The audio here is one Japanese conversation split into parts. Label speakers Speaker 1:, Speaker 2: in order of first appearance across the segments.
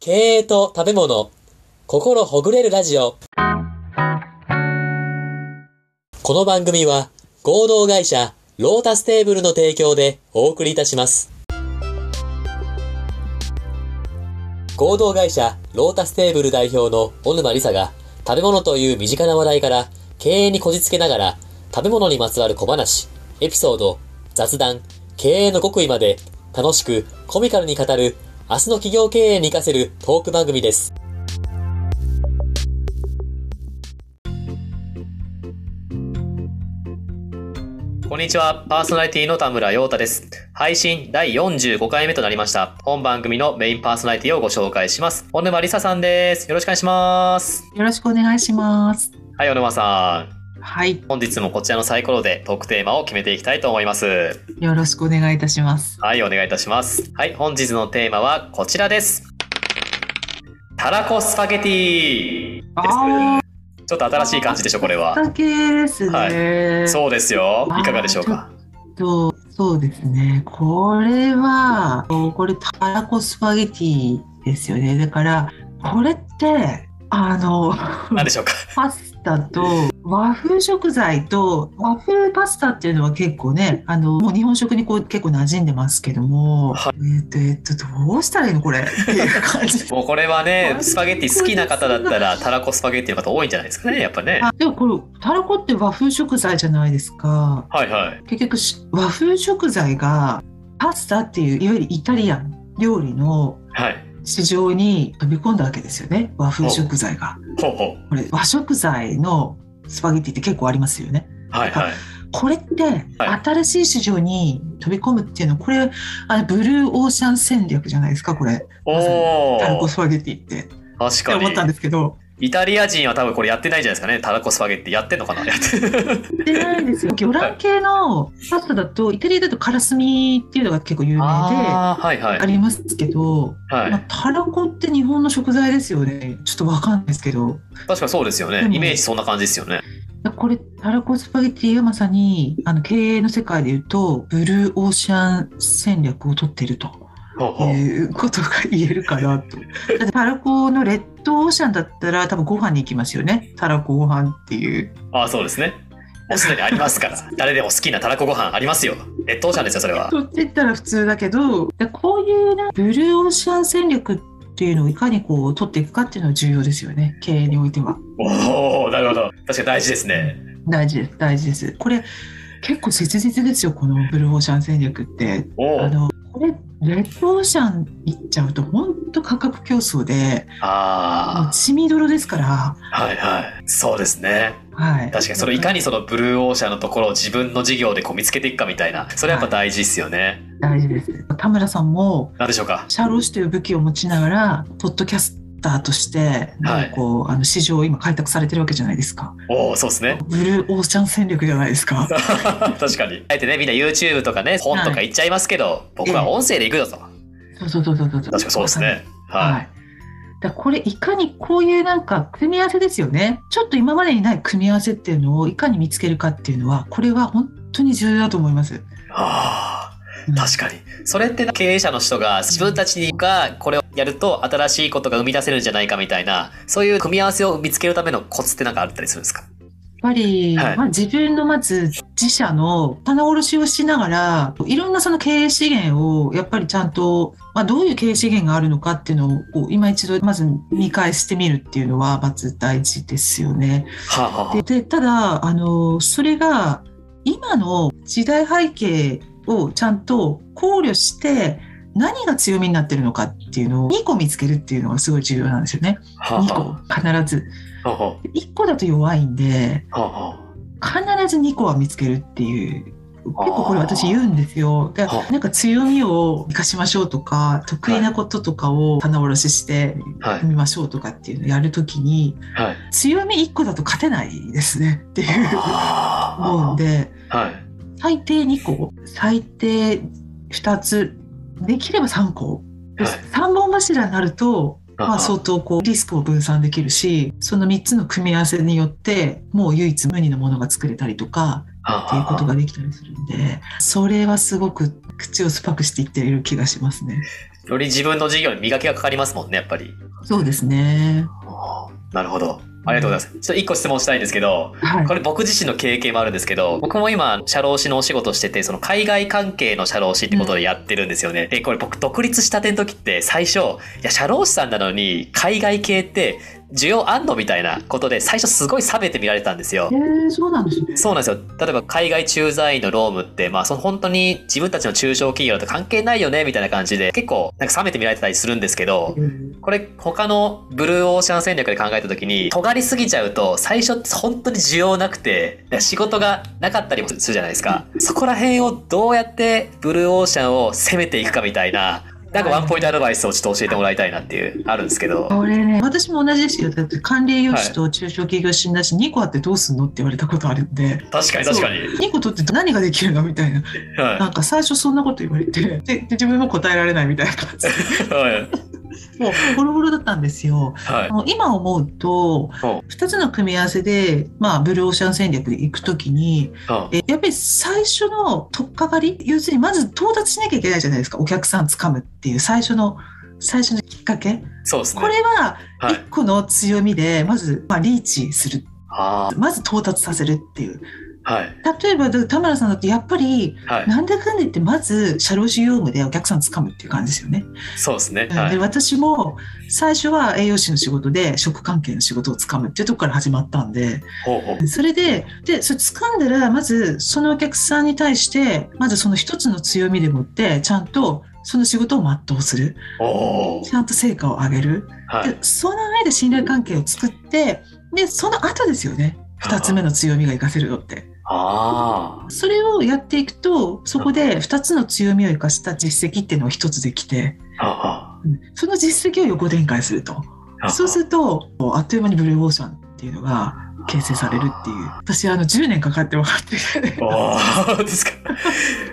Speaker 1: 経営と食べ物、心ほぐれるラジオ。この番組は、合同会社、ロータステーブルの提供でお送りいたします。合同会社、ロータステーブル代表の小沼理沙が、食べ物という身近な話題から、経営にこじつけながら、食べ物にまつわる小話、エピソード、雑談、経営の極意まで、楽しく、コミカルに語る、明日の企業経営に活かせるトーク番組です。こんにちは。パーソナリティの田村陽太です。配信第45回目となりました。本番組のメインパーソナリティをご紹介します。小沼りささんです。よろしくお願いします。
Speaker 2: よろしくお願いします。
Speaker 1: はい、小沼さん。
Speaker 2: はい、
Speaker 1: 本日もこちらのサイコロでトークテーマを決めていきたいと思います。
Speaker 2: よろしくお願いいたします。
Speaker 1: はい、お願いいたします。はい、本日のテーマはこちらです。たらこスパゲティです。
Speaker 2: あ
Speaker 1: ちょっと新しい感じでしょ、これ
Speaker 2: あ、
Speaker 1: は。
Speaker 2: だけですね。
Speaker 1: そうですよ。いかがでしょうか。
Speaker 2: とそうですね。これは、これたらこスパゲティですよね。だから、これって、あの、
Speaker 1: 何でしょうか。
Speaker 2: パスタと和風食材と和風パスタっていうのは結構ねあのもう日本食にこう結構馴染んでますけども、
Speaker 1: は
Speaker 2: えっ、とえっ、とどうしたらいいのこれっていう感 じ
Speaker 1: もうこれはね、
Speaker 2: あ
Speaker 1: スパゲティ好きな方だったら、たらこスパゲティの方多いんじゃないですかね、やっぱね。
Speaker 2: あでもこれたらこって和風食材じゃないですか
Speaker 1: はいはい。
Speaker 2: 結局し和風食材がパスタっていういわゆるイタリアン料理の
Speaker 1: はい。
Speaker 2: 市場に飛び込んだわけですよね和風食材が
Speaker 1: ほうほう。
Speaker 2: これ和食材のスパゲティって結構ありますよね
Speaker 1: はいはい。
Speaker 2: これって
Speaker 1: は
Speaker 2: 新しい市場に飛び込むっていうのはこれあブルーオーシャン戦略じゃないですかこれ
Speaker 1: お
Speaker 2: たらこ
Speaker 1: ー。
Speaker 2: スパゲティってって
Speaker 1: 確か
Speaker 2: 思ったん
Speaker 1: に。
Speaker 2: ですけど
Speaker 1: イタリア人は多分これやってないんじゃないですかね。たらこスパゲティやってんのかなやって。
Speaker 2: でないんですよ。魚卵系のパスタだと、イタリアだとカラスミっていうのが結構有名で、あ
Speaker 1: あー、はいはい。
Speaker 2: りますけど、
Speaker 1: はい
Speaker 2: まあ、タラコって日本の食材ですよね。ちょっとわかんないですけど。
Speaker 1: 確かにそうですよね
Speaker 2: で。も
Speaker 1: イメージそんな感じですよね。
Speaker 2: これ、タラコスパゲティはまさに、あの、経営の世界で言うと、ブルーオーシャン戦略を取ってると
Speaker 1: ほうほう
Speaker 2: いうことが言えるかなと。だってタラコのレッドオーシャンだったら、多分ご飯に行きますよね。タラコご飯っていう。
Speaker 1: あそうですね。もうすでにありますから。誰でも好きなたらこご飯ありますよ。レッドオーシャンですよ、それは。
Speaker 2: 取ってったら普通だけどでこういうねブルーオーシャン戦略っていうのをいかにこう取っていくかっていうのは重要ですよね経営においては
Speaker 1: おおなるほど。確かに大事ですね。
Speaker 2: 大事です大事ですこれ結構切実ですよこのブルーオーシャン戦略って
Speaker 1: おお
Speaker 2: あのこれレッドオーシャン行っちゃうと本当価格競争でもう
Speaker 1: あ
Speaker 2: 血みどろですから
Speaker 1: あ、はいはい。そうですね。
Speaker 2: はい
Speaker 1: 確かにそれいかにそのブルーオーシャンのところを自分の事業でこう見つけていくかみたいな。それやっぱ大事ですよね。
Speaker 2: 大事です田村さんも
Speaker 1: なんでしょうか。
Speaker 2: シャーロー氏という武器を持ちながらポッドキャスターとしてなんかこう、あの市場を今開拓されてるわけじゃないですか
Speaker 1: おおそうですね。。
Speaker 2: ブルーオーシャン戦略じゃないですか
Speaker 1: 確かに。あえてね、みんな YouTube とかね、本とか行っちゃいますけど、僕は音声で行くよと。
Speaker 2: そうそうそうそうそう。
Speaker 1: 確かにそうですね。
Speaker 2: まさに。
Speaker 1: は。
Speaker 2: はいい。だからこれいかにこういうなんか組み合わせですよね。ちょっと今までにない組み合わせっていうのをいかに見つけるかっていうのは、これは本当に重要だと思います。
Speaker 1: ああ。確かにそれってな経営者の人が自分たちがこれをやると新しいことが生み出せるんじゃないかみたいなそういう組み合わせを見つけるためのコツってなんかあったりするんですか
Speaker 2: やっぱり、
Speaker 1: はい
Speaker 2: まあ、自分のまず自社の棚卸しをしながらいろんなその経営資源をやっぱりちゃんと、まあ、どういう経営資源があるのかっていうのを今一度まず見返してみるっていうのはまず大事ですよね。
Speaker 1: はあ、は
Speaker 2: ででただあのそれが今の時代背景をちゃんと考慮して何が強みになってるのかっていうのを2個見つけるっていうのがすごい重要なんですよね。
Speaker 1: あ、は
Speaker 2: 2
Speaker 1: あ、
Speaker 2: 個
Speaker 1: は
Speaker 2: 必ず。
Speaker 1: あ、は
Speaker 2: で1個だと弱いんで
Speaker 1: あ、は
Speaker 2: 必ず2個は見つけるっていう。結構これ私言うんですよ。で
Speaker 1: はあ
Speaker 2: なんか強みを生かしましょうとか得意なこととかを棚卸しして
Speaker 1: あ、はい
Speaker 2: みましょうとかっていうのをやるときに
Speaker 1: はい
Speaker 2: 強み1個だと勝てないですねっていう。思うん
Speaker 1: あ
Speaker 2: で
Speaker 1: あはい
Speaker 2: 最低2個最低2つできれば3個
Speaker 1: はい
Speaker 2: 3本柱になると、まあ、
Speaker 1: あ
Speaker 2: 相当こうリスクを分散できるしその3つの組み合わせによってもう唯一無二のものが作れたりとかっていうこと
Speaker 1: あ
Speaker 2: ができたりするんでそれはすごく口を酸っぱくしていっている気がしますね。
Speaker 1: より自分の事業に磨きがかかりますもんね、やっぱり。
Speaker 2: そうですね。
Speaker 1: なるほど。ありがとうございます。ちょっと一個質問したいんですけど、
Speaker 2: はい
Speaker 1: こ。れ僕自身の経験もあるんですけど、僕も今、社労士のお仕事してて、その海外関係の社労士ってことでやってるんですよね。で、これ僕独立したての時って最初、いや、社労士さんなのに、海外系って需要あんのみたいなことで、最初すごい冷めて見られたんですよ
Speaker 2: え。ー、そうなんですね。
Speaker 1: そうなんですよ。例えば海外駐在員の労務って、まあ、その本当に自分たちの中小企業と関係ないよね、みたいな感じで、結構なんか冷めて見られてたりするんですけど、
Speaker 2: うん
Speaker 1: これ他のブルーオーシャン戦略で考えた時に尖りすぎちゃうと最初って本当に需要なくて仕事がなかったりもするじゃないですかそこら辺をどうやってブルーオーシャンを攻めていくかみたいななんかワンポイントアドバイスをちょっと教えてもらいたいなっていうあるんですけど
Speaker 2: これね、私も同じですよ。だって管理栄養士と中小企業診断士2個あってどうすんのって言われたことあるんで。
Speaker 1: 確かに確かに
Speaker 2: 2個取って何ができるのみたいな。
Speaker 1: は
Speaker 2: なんか最初そんなこと言われて、で、で自分も答えられないみたい な感じ。
Speaker 1: いはい
Speaker 2: もうボロボロだったんですよ。
Speaker 1: はい
Speaker 2: もう今思うと
Speaker 1: うん、
Speaker 2: 2つの組み合わせで、まあ、ブルーオーシャン戦略で行くときに、
Speaker 1: うん
Speaker 2: えやっぱり最初の取っかかり、要するにまず到達しなきゃいけないじゃないですか。お客さん掴むっていう最初の、最初のきっかけ。
Speaker 1: そうですね
Speaker 2: これは、
Speaker 1: はい
Speaker 2: 一個の強みで、まず、まあ、リーチする。
Speaker 1: あ
Speaker 2: まず到達させるってい
Speaker 1: あ
Speaker 2: う。
Speaker 1: はい
Speaker 2: 例えば、だ田村さんだってやっぱり、
Speaker 1: はい
Speaker 2: なんだかんだ言って、まず、社労士業務でお客さん掴むっていう感じですよね。
Speaker 1: そうですね
Speaker 2: うん
Speaker 1: は
Speaker 2: で
Speaker 1: い
Speaker 2: 私も、最初は栄養士の仕事で、食関係の仕事を掴むっていうとこから始まったんで、
Speaker 1: ほうほう
Speaker 2: それで、で、それ掴んだら、まず、そのお客さんに対して、まずその一つの強みでもって、ちゃんと、その仕事を全うする。
Speaker 1: おお
Speaker 2: ちゃんと成果を上げる。
Speaker 1: はい
Speaker 2: でその上で信頼関係を作ってでその後ですよね2つ目の強みが活かせるよって
Speaker 1: あ
Speaker 2: それをやっていくとそこで2つの強みを生かした実績っていうのが1つできて
Speaker 1: ーあ
Speaker 2: うんその実績を横展開すると
Speaker 1: あ
Speaker 2: そうするとあっという間にブルーオーシャンっていうのが形成されるっていう私あの10年かかって分かってる
Speaker 1: ああ、ですか。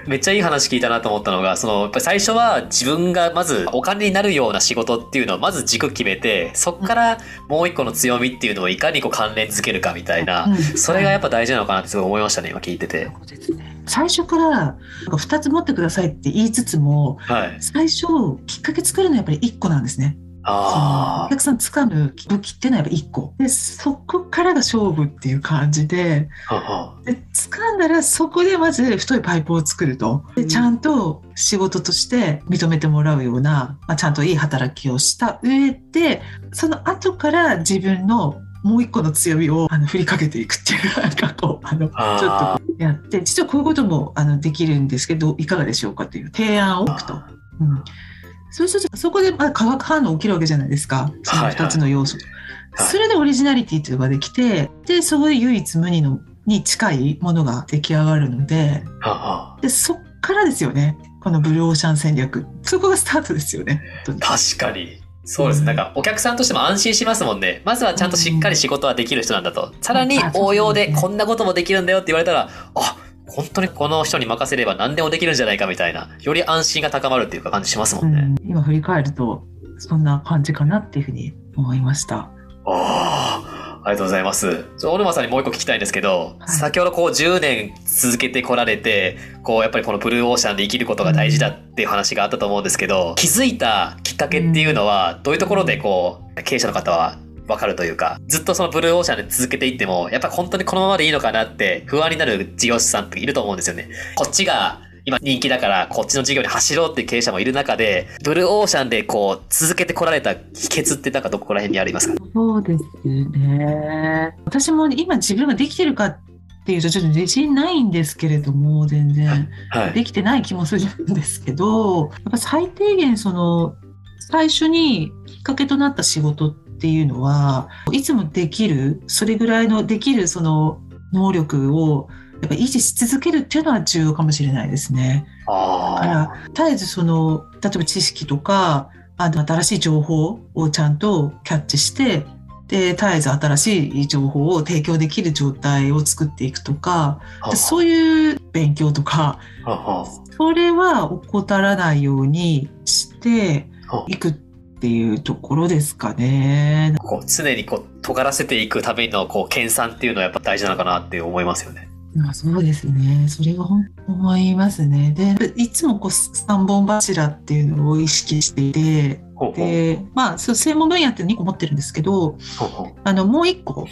Speaker 1: めっちゃいい話聞いたなと思ったのが、その、やっぱり最初は自分がまずお金になるような仕事っていうのをまず軸決めて、そこからもう一個の強みっていうのをいかにこう関連づけるかみたいな、それがやっぱ大事なのかなってすごい思いましたね、今聞いてて。
Speaker 2: 最初からなんか2つ持ってくださいって言いつつも
Speaker 1: はい。
Speaker 2: 最初きっかけ作るのはやっぱり1個なんですね。お
Speaker 1: あ
Speaker 2: 客さん掴む武器っていうのはやっぱ1個でそこからが勝負っていう感じで
Speaker 1: あ。はは
Speaker 2: で掴んだらそこでまず太いパイプを作るとでちゃんと仕事として認めてもらうような、まあ、ちゃんといい働きをした上でその後から自分のもう一個の強みをあの振りかけていくっていうなんかこうあのちょ
Speaker 1: あ
Speaker 2: っとやって実はこういうこともあのできるんですけどいかがでしょうかという提案を置くと。うんそうするとそこでまあ化学反応起きるわけじゃないですかその
Speaker 1: はいはい
Speaker 2: 2つの要素、
Speaker 1: はい
Speaker 2: それでオリジナリティというのができてでそこで唯一無二のに近いものが出来上がるので
Speaker 1: はは
Speaker 2: でそっからですよねこのブルーオーシャン戦略そこがスタートですよね本当に
Speaker 1: 確かに。そうです。なんか、お客さんとしても安心しますもんね。まずはちゃんとしっかり仕事はできる人なんだと。さらに
Speaker 2: あそう
Speaker 1: 応用で
Speaker 2: そう
Speaker 1: こんなこともできるんだよって言われたら、あ、本当にこの人に任せれば何でもできるんじゃないかみたいな、より安心が高まるっていうか感じしますもん
Speaker 2: う
Speaker 1: ね。
Speaker 2: ん、今振り返るとそんな感じかなっていうふうに思いました
Speaker 1: ああ、ありがとうございます。ちょオルマさんにもう一個聞きたいんですけど、
Speaker 2: はい
Speaker 1: 先ほどこう10年続けてこられて、こうやっぱりこのブルーオーシャンで生きることが大事だっていう話があったと思うんですけど、気づいたきっかけっていうのは、どういうところでこう、経営者の方はわかるというか、ずっとそのブルーオーシャンで続けていっても、やっぱり本当にこのままでいいのかなって不安になる事業者さんっていると思うんですよね。こっちが今人気だからこっちの事業に走ろうっていう経営者もいる中で、ブルーオーシャンでこう続けてこられた秘訣ってなんかどこら辺にありますか
Speaker 2: そうですね。私も今自分ができてるかっていうとちょっと自信ないんですけれども全然
Speaker 1: は。
Speaker 2: できてない気もするんですけどや っぱ最低限その最初にきっかけとなった仕事っていうのはいつもできるそれぐらいのできるその能力をやっぱ維持し続けるっていうのは重要かもしれないですね。だか
Speaker 1: あ
Speaker 2: ら絶えずその例えば知識とかあの新しい情報をちゃんとキャッチしてで絶えず新しい情報を提供できる状態を作っていくとか
Speaker 1: あ
Speaker 2: でそういう勉強とかそれは怠らないようにしていくっていうところですかね。
Speaker 1: こう常にこう尖らせていくためのこう研鑽っていうのはやっぱ大事なのかなって思いますよね。
Speaker 2: まあそうですね。それは本当に思いますね。で、いつもこう三本柱っていうのを意識していて、
Speaker 1: ほうほう
Speaker 2: で、まあ、そう専門分野って2個持ってるんですけど、
Speaker 1: ほうほう
Speaker 2: あの、もう1個、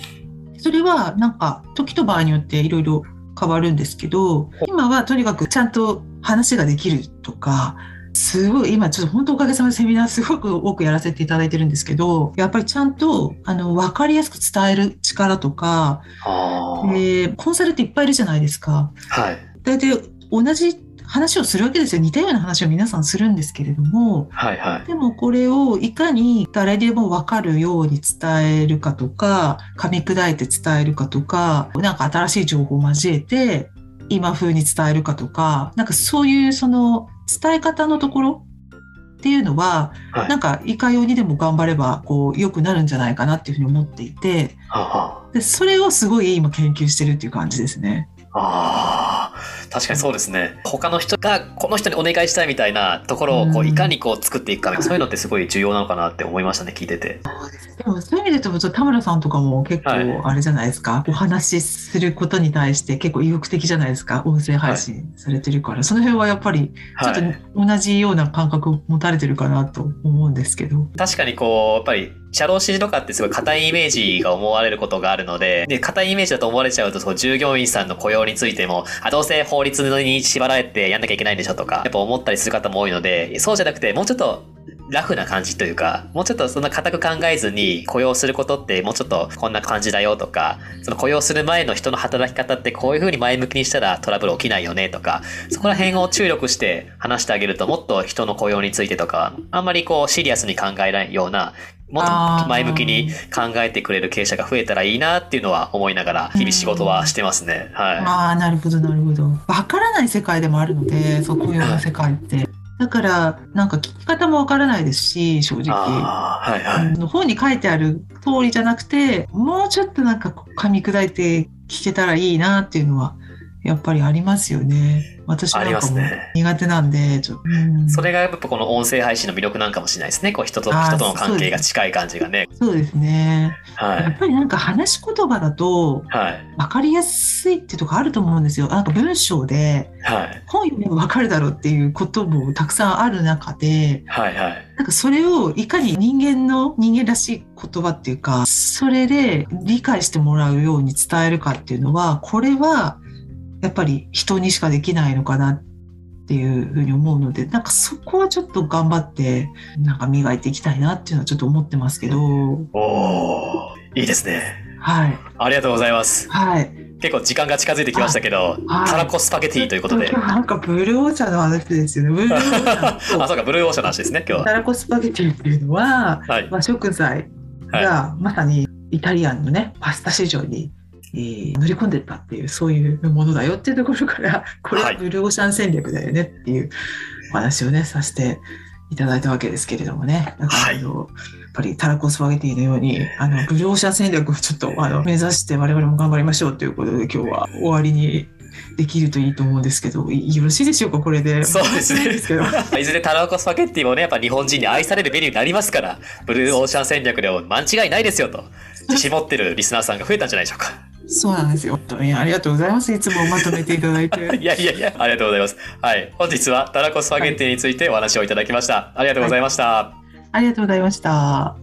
Speaker 2: それはなんか、時と場合によっていろいろ変わるんですけど、今はとにかくちゃんと話ができるとか、すごい、今ちょっと本当おかげさまでセミナーすごく多くやらせていただいてるんですけど、やっぱりちゃんと、あの、わかりやすく伝える力とか、
Speaker 1: あー
Speaker 2: でコンサルっていっぱいいるじゃないですか。
Speaker 1: はい
Speaker 2: 大体同じ話をするわけですよ似たような話を皆さんするんですけれども
Speaker 1: はいはい
Speaker 2: でもこれをいかに誰でも分かるように伝えるかとか噛み砕いて伝えるかとかなんか新しい情報を交えて今風に伝えるかとかなんかそういうその伝え方のところっていうのは、
Speaker 1: はい
Speaker 2: なんかいかようにでも頑張ればこう良くなるんじゃないかなっていうふうに思っていて
Speaker 1: はは
Speaker 2: でそれをすごい今研究してるっていう感じですね。
Speaker 1: あー確かにそうですね他の人がこの人にお願いしたいみたいなところをこ
Speaker 2: う
Speaker 1: うんいかにこう作っていくかみたいなそういうのってすごい重要なのかなって思いましたね聞いてて
Speaker 2: でもそういう意味で言うと田村さんとかも結
Speaker 1: はい
Speaker 2: 構あれじゃないですか、お話しすることに対して結構意欲的じゃないですか音声配信されてるから、その辺はやっぱりちょ
Speaker 1: は
Speaker 2: っと
Speaker 1: い
Speaker 2: 同じような感覚を持たれてるかなと思うんですけど、
Speaker 1: 確かにこうやっぱり社労士とかってすごい硬いイメージが思われることがあるのでで硬いイメージだと思われちゃうとそう従業員さんの雇用についてもあどうせ法律に縛られてやんなきゃいけないんでしょとかやっぱ思ったりする方も多いのでそうじゃなくてもうちょっとラフな感じというかもうちょっとそんな固く考えずに雇用することってもうちょっとこんな感じだよとかその雇用する前の人の働き方ってこういう風に前向きにしたらトラブル起きないよねとかそこら辺を注力して話してあげるともっと人の雇用についてとかあんまりこうシリアスに考えないようなもっと前向きに考えてくれる経営者が増えたらいいなっていうのは思いながら日々仕事はしてますね。は
Speaker 2: ああなるほどなるほどわからない世界でもあるのでそうこういうような世界ってだからなんか聞き方もわからないですし正
Speaker 1: い。
Speaker 2: 直。
Speaker 1: ああ、はいはい。
Speaker 2: の本に書いてある通りじゃなくてもうちょっとなんかこう噛み砕いて聞けたらいいなっていうのはやっぱりありますよね私
Speaker 1: あ
Speaker 2: な
Speaker 1: り
Speaker 2: ん
Speaker 1: ま
Speaker 2: か
Speaker 1: す
Speaker 2: も
Speaker 1: ね。
Speaker 2: 苦手なんでちょっと、うん
Speaker 1: それがやっぱこの音声配信の魅力なんかもしれないですね。こう人と
Speaker 2: あー
Speaker 1: 人との関係が近い感じがね。
Speaker 2: そうですね
Speaker 1: は
Speaker 2: やっ
Speaker 1: い。
Speaker 2: ぱりなんか話し言葉だと
Speaker 1: はい。
Speaker 2: 分かりやすいってとこあると思うんですよなんか文章で
Speaker 1: はい。
Speaker 2: 本読めば分かるだろうっていうこともたくさんある中で
Speaker 1: はいはい。
Speaker 2: なんかそれをいかに人間の人間らしい言葉っていうかそれで理解してもらうように伝えるかっていうのはこれはやっぱり人にしかできないのかなっていうふうに思うのでなんかそこはちょっと頑張ってなんか磨いていきたいなっていうのはちょっと思ってますけど
Speaker 1: おおいいですね。
Speaker 2: はい
Speaker 1: ありがとうございます。
Speaker 2: はい
Speaker 1: 結構時間が近づいてきましたけど、
Speaker 2: はい
Speaker 1: たらこスパゲティという ことで。
Speaker 2: ちょっ今日なんかブルーオーシャンの話ですよねブルーオーシ
Speaker 1: あ、
Speaker 2: ャン
Speaker 1: そう
Speaker 2: と
Speaker 1: か、ブルーオーシャンの話ですね、今日は。
Speaker 2: たらこスパゲティっていうのは
Speaker 1: はい。
Speaker 2: まあ、食材がまさにイタリアンのねパスタ市場に、えー乗り込んでったっていうそういうものだよっていうところからこれ
Speaker 1: は
Speaker 2: はいブルーオーシャン戦略だよねっていうお話をねさせていただいたわけですけれどもねだか
Speaker 1: は
Speaker 2: ら
Speaker 1: い
Speaker 2: あの、やっぱりタラコスパゲティのようにあのブルーオーシャン戦略をちょっとあの目指して我々も頑張りましょうということで今日は終わりに。できるといいと思うんですけど、いよろしいでしょうか、これで。
Speaker 1: そうです
Speaker 2: わかんない
Speaker 1: ね
Speaker 2: ですけど。。
Speaker 1: いずれタラコスパゲッティもね、やっぱ日本人に愛されるメニューになりますから、ブルーオーシャン戦略でも間違いないですよと、自信持ってるリスナーさんが増えたんじゃないでしょうか。
Speaker 2: そうなんですよ。本当にありがとうございます。いつもまとめていただいて。
Speaker 1: いやいやいや、ありがとうございます。はい。本日はタラコスパゲッティについてお話をいただきました。ありがとうございました。
Speaker 2: ありがとうございました。